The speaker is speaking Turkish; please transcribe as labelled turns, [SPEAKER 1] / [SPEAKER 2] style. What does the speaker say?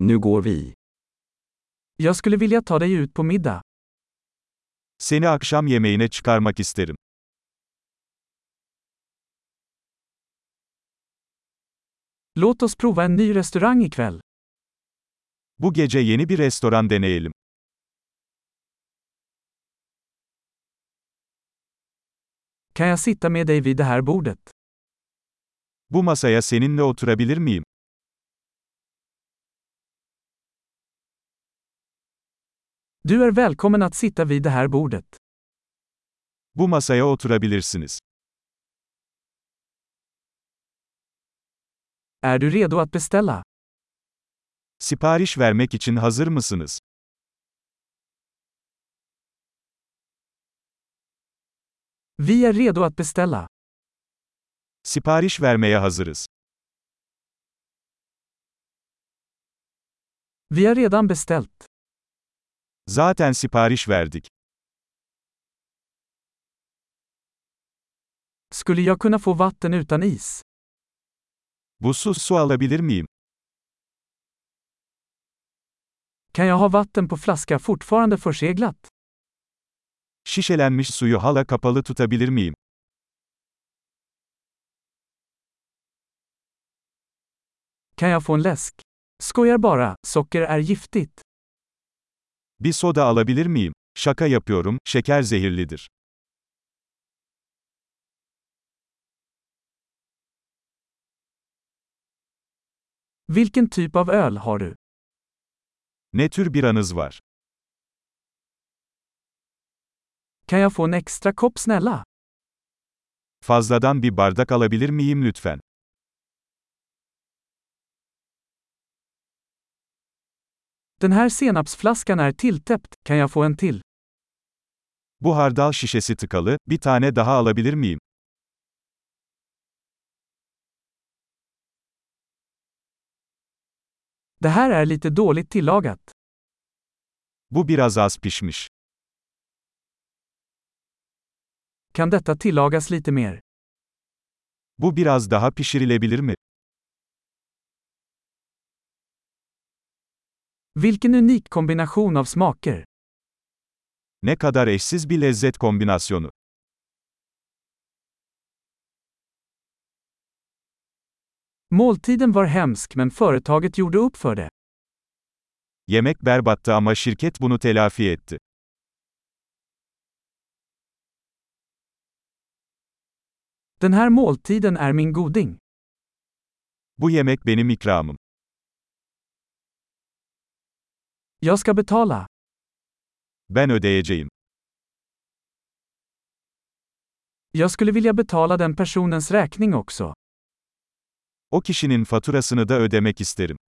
[SPEAKER 1] Nu går vi.
[SPEAKER 2] Jag skulle vilja ta dig ut på middag.
[SPEAKER 3] Seni akşam yemeğine çıkarmak isterim.
[SPEAKER 2] Låt oss prova en ny restaurang ikväll.
[SPEAKER 3] Bu gece yeni bir restoran deneyelim.
[SPEAKER 2] Kan jag sitta med dig vid det här bordet?
[SPEAKER 3] Bu masaya seninle oturabilir miyim?
[SPEAKER 2] Du är välkommen att sitta vid det här bordet.
[SPEAKER 3] Bu masaya oturabilirsiniz.
[SPEAKER 2] Är du redo att beställa?
[SPEAKER 3] Sipariş vermek için hazır mısınız?
[SPEAKER 2] Vi är redo att beställa.
[SPEAKER 3] Sipariş vermeye hazırız.
[SPEAKER 2] Vi har redan beställt.
[SPEAKER 3] Zaten sipariş verdik.
[SPEAKER 2] Skulle jag kunna få vatten utan is?
[SPEAKER 3] Buzsuz su alabilir miyim?
[SPEAKER 2] Kan jag ha vatten på flaska fortfarande förseglat?
[SPEAKER 3] Şişelenmiş suyu hala kapalı tutabilir miyim?
[SPEAKER 2] Kan jag få en läsk? Skojar bara, socker är giftigt.
[SPEAKER 3] Bir soda alabilir miyim? Şaka yapıyorum, şeker zehirlidir.
[SPEAKER 2] Vilken typ av öl har du?
[SPEAKER 3] Ne tür bir anız var?
[SPEAKER 2] Kan jag få en extra kopp snälla?
[SPEAKER 3] Fazladan bir bardak alabilir miyim lütfen?
[SPEAKER 2] Den här senapsflaskan är tilltäppt, kan jag få en till?
[SPEAKER 3] Bu hardal şişesi tıkalı, bir tane daha alabilir miyim?
[SPEAKER 2] Det här är lite dåligt tillagat.
[SPEAKER 3] Bu biraz az pişmiş.
[SPEAKER 2] Kan detta tillagas lite mer?
[SPEAKER 3] Bu biraz daha pişirilebilir mi?
[SPEAKER 2] Vilken unik kombination av smaker.
[SPEAKER 3] Ne kadar eşsiz bir lezzet kombinasyonu.
[SPEAKER 2] Måltiden var hemsk men företaget gjorde upp för det.
[SPEAKER 3] Yemek berbattı ama şirket bunu telafi etti.
[SPEAKER 2] Den här måltiden är min goding.
[SPEAKER 3] Bu yemek benim ikramım.
[SPEAKER 2] Jag ska betala.
[SPEAKER 3] Ben ödeyeceğim.
[SPEAKER 2] Jag skulle vilja betala den personens räkning också.
[SPEAKER 3] O kişinin faturasını da ödemek isterim.